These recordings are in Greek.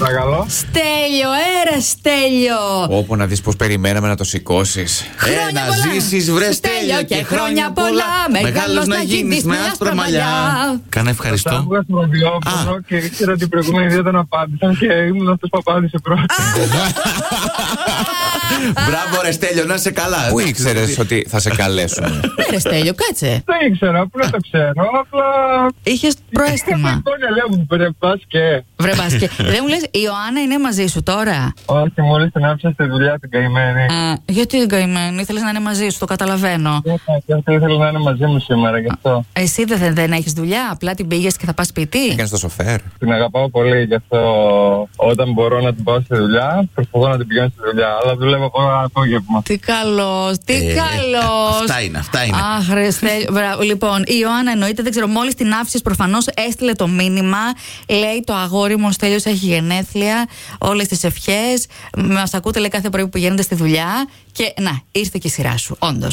παρακαλώ. Στέλιο, έρε Στέλιο. Όπου να δεις πώς περιμέναμε να το σηκώσεις. Χρόνια Ε, να πολλά. ζήσεις, βρε Στέλιο, Στέλιο, και χρόνια πολλά. Μεγάλος Μεγάλος να γίνει με άσπρα μαλλιά. Κάνε Τα ευχαριστώ. άκουγα στον ραδιόφωνο και ήξερα την προηγούμενη δεν τον απάντησαν και ήμουν αυτός που απάντησε πρώτα. Μπράβο, ρε Στέλιο, να είσαι καλά. Πού ήξερες ότι θα σε καλέσουμε. Έρε Ναι, Στέλιο, κάτσε. Δεν ήξερα, πού να το ξέρω, απλά. Είχες Τα προέστημα. Χρόνια λέω μου περπά και. Βρε μπάσκε. Δεν μου λες, η Ιωάννα είναι μαζί σου τώρα. Όχι, μόλις την άφησα στη δουλειά την καημένη. Α, γιατί την καημένη, ήθελε να είναι μαζί σου, το καταλαβαίνω. Ναι, Και αυτό ήθελε να είναι μαζί μου σήμερα γι' αυτό. Εσύ δεν, δεν έχεις δουλειά, απλά την πήγες και θα πας Ε, σπίτι. Έκανες το σοφέρ. Την αγαπάω πολύ, γι' αυτό όταν μπορώ να την πάω στη δουλειά, προσπαθώ να την πηγαίνω στη δουλειά. Αλλά δουλεύω τώρα απόγευμα. Τι καλός, τι Ε, καλός. αυτά είναι, αυτά είναι. Αχ, ρε, Στέλιο. Μπράβο. Λοιπόν, η Ιωάννα εννοείται, δεν ξέρω, μόλις την άφησες προφανώς έστειλε το μήνυμα. Λέει το αγόρι μου, ο Στέλιος έχει γενέθλια, όλες τις ευχές. Μας ακούτε, λέει, κάθε πρωί που πηγαίνετε στη δουλειά. Και να, ήρθε και η σειρά σου, όντως.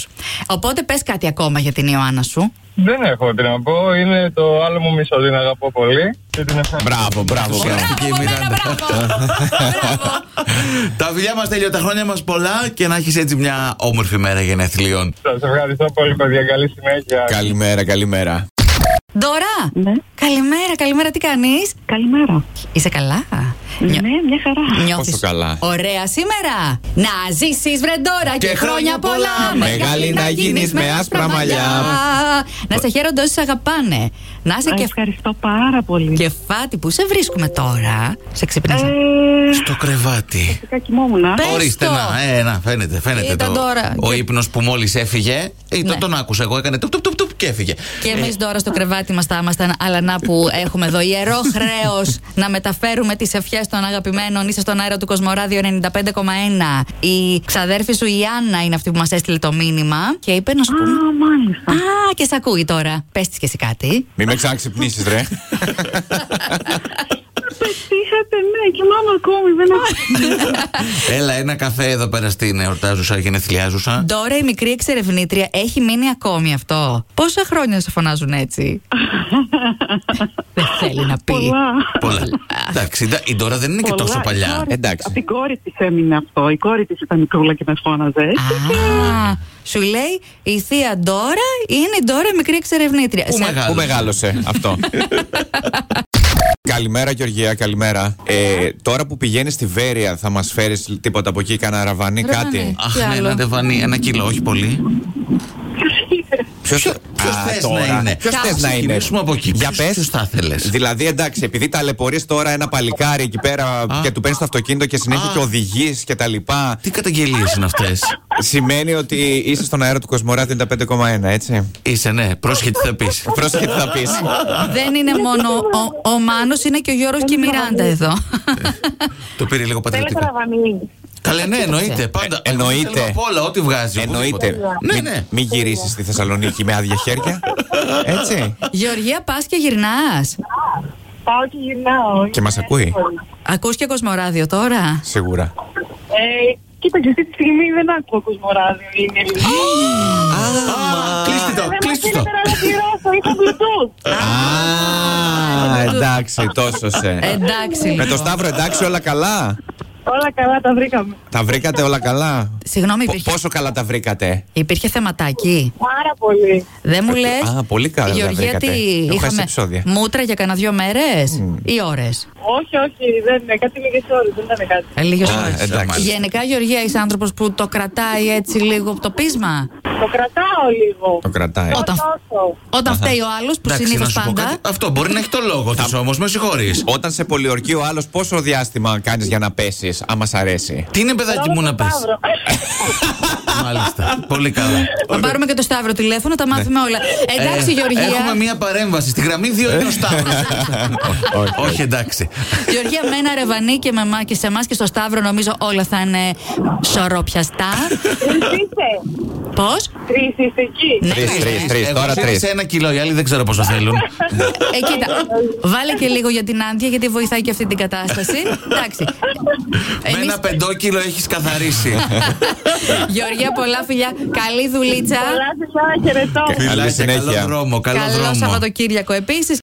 Οπότε πες κάτι ακόμα για την Ιωάννα σου. Δεν έχω τι να πω. Είναι το άλλο μου μισό. Την αγαπώ πολύ. Και την ευχαριστώ. Μπράβο, μπράβο. Μπράβο, μπράβο. Αυτή η Μπράβο, Μιράντα. Μένα, μπράβο. Μπράβο. Τα δουλειά μας, Στέλιο, τα χρόνια μας πολλά και να έχεις έτσι μια όμορφη μέρα γενεθλίων. Σας ευχαριστώ πολύ, παιδιά. Καλή συνέχεια. Καλημέρα, καλημέρα. Ντορά! Ναι. Καλημέρα, καλημέρα, τι κάνεις. Καλημέρα. Είσαι καλά. Νιώ- Ναι, μια χαρά. νιώθεις Πόσο καλά. Ωραία σήμερα. Να ζήσεις, Βρεντόρα, και, Και χρόνια χρόνια πολλά. πολλά. Μεγάλη να γίνεις γίνεις με άσπρα μαλλιά. Να σε χαίρονται όσοι σε αγαπάνε. Να είσαι Α, και Ευχαριστώ πάρα πολύ. κεφάτι. Πού σε βρίσκουμε τώρα. Σε ξυπνήσα. Ε, Στο κρεβάτι. φυσικά κοιμούμουν. α. Πες Ορίστε, το. να, ε, να, φαίνεται, φαίνεται Ήταν το. τώρα. Ο Και- ύπνος που μόλις έφυγε. Ε, το- Ναι. Τον άκουσα εγώ, έκανε τουπ, τουπ, τουπ, τουπ και έφυγε. Και εμείς τώρα στο κρεβάτι μας θα ήμασταν, αλλά να που έχουμε εδώ ιερό χρέος να μεταφέρουμε τις ευχές των αγαπημένων. Είστε στον αέρα του Κοσμοράδιο 95,1. Η ξαδέρφη σου η Άννα είναι αυτή που μας έστειλε το μήνυμα και είπε να σου πούμε. Α, μάλιστα. Α, και σε ακούει τώρα. Πες της και εσύ κάτι. Μην με ξαναξυπνήσεις, ρε. Πετύχατε, ναι, κοιμάμαι ακόμη. Δεν έχω. Έλα, ένα καφέ εδώ πέρα στην εορτάζουσα, γενεθλιάζουσα. Τώρα η μικρή εξερευνήτρια έχει μείνει ακόμη αυτό. Πόσα χρόνια σε φωνάζουν έτσι. Δεν θέλει να πει. Πολλά. Πολλά. Εντάξει, εντά- η τώρα δεν είναι και Πολλά. τόσο Η παλιά. κόρη- Ε, Εντάξει. Απ' την κόρη της έμεινε αυτό. Η κόρη της ήταν μικρούλα και με φώναζε. Α, σου λέει η θεία Ντόρα είναι η Ντόρα η μικρή εξερευνήτρια. Πού Σε- μεγάλο. Πού μεγάλωσε αυτό. Καλημέρα Γεωργία, καλημέρα. Ε, τώρα που πηγαίνεις στη Βέρεια θα μας φέρεις τίποτα από εκεί, κανένα ραβανί, Ραβανί. κάτι. Αχ, Τι ναι, άλλο. ένα τεβανί, ένα κιλό, όχι πολύ. Ποιος, Ποιο Α, θες τώρα. να είναι. Ποιος Κάπου θες να είναι. Ξεκινήσουμε από εκεί. Για Ποιος- πες. ποιος θα ήθελες? Δηλαδή εντάξει, επειδή ταλαιπωρείς τώρα ένα παλικάρι εκεί πέρα Α. και του παίρνεις το αυτοκίνητο και συνέχεια Α. και οδηγείς και τα λοιπά. Τι καταγγελίες είναι αυτές. Σημαίνει ότι είσαι στον αέρα του Κοσμορά 95,1, έτσι. Είσαι, ναι, πρόσχετη θα πεις. Πρόσεχε τι θα πεις. Δεν είναι μόνο ο, ο Μάνος, είναι και ο Γιώργος και η Μιράντα εδώ. Το πήρε λίγο Θέλετε πατριωτικά. ραβανί. Καλέ, ναι, εννοείται. Πάντα. Ε, εννοείται. Εγώ θέλω Απ' όλα, ό,τι βγάζει. Εννοείται. οπωσδήποτε. Ναι, Μην- ναι. Μην γυρίσεις στη Θεσσαλονίκη με άδεια χέρια. Έτσι. Γεωργία, πας και γυρνάς. Πάω και γυρνάω. Και μας ακούει. Ακούς και Κοσμοράδιο τώρα. Σίγουρα. Ε, Κοίταξε, αυτή τη στιγμή δεν ακούω κοσμοράδιο. Είναι λίγο. Ε, Α, Κλείστε το, κλείστε το. να πληρώσω, είχα Bluetooth. Α, εντάξει, τόσο σε. Εντάξει. Ε, Με το λοιπόν. Σταύρο, εντάξει, όλα καλά. Όλα καλά, τα βρήκαμε. Τα βρήκατε όλα καλά. Συγγνώμη, Πο- υπήρχε, Πόσο καλά τα βρήκατε. υπήρχε θεματάκι. Πάρα πολύ. Δεν μου λε. Α, πολύ καλά τα Γεωργία, βρήκατε. τι Έχω χάσει είχαμε επεισόδια. μούτρα για κανένα δύο μέρες ή ώρες. Όχι, όχι, δεν είναι. Κάτι λίγε ώρε, δεν ήταν κάτι. Λίγες Α, ώρε. εντάξει. Γενικά, Γεωργία, είσαι άνθρωπος που το κρατάει έτσι λίγο το πείσμα. Το κρατάω λίγο. Το κρατάει. Όταν, Τόσο. όταν φταίει ο άλλος που Εντάξει, να συνήθω σου πω πάντα. κάτι. Αυτό μπορεί να έχει το λόγο της όμως, με συγχωρείς. Όταν σε πολιορκεί ο άλλος, πόσο διάστημα κάνεις για να πέσεις, άμα σ' αρέσει. Τι είναι παιδάκι μου να πε. Μάλιστα. Πολύ καλά. Θα πάρουμε και το Σταύρο τηλέφωνο, τα μάθουμε όλα. Ε, Εντάξει, Ναι. Ε, Γεωργία. Έχουμε μία παρέμβαση. Στη γραμμή 2 είναι ο Σταύρος. όχι. Όχι, εντάξει. Γεωργία, με ένα ρεβανί και με εμά και σε εμάς και στο Σταύρο νομίζω όλα θα είναι σωρόπιαστα. Είστε. Πώς? Τρεις είστε εκεί. Ναι, Τρεις, τρεις, τρεις. Εγώ Τώρα σε- τρεις. Σε ένα κιλό, οι άλλοι δεν ξέρω πόσο θέλουν. Ε, κοίτα, βάλε και λίγο για την Άντια γιατί βοηθάει και αυτή την κατάσταση. Εντάξει. Με Εμείς- ένα πεντόκιλο έχεις καθαρίσει. Γεωργία, πολλά φιλιά. Καλή δουλίτσα. Καλά, σα χαιρετώ. Καλή Φιλάκια, συνέχεια. Καλό δρόμο, καλό Καλό δρόμο. Σαββατοκύριακο επίσης.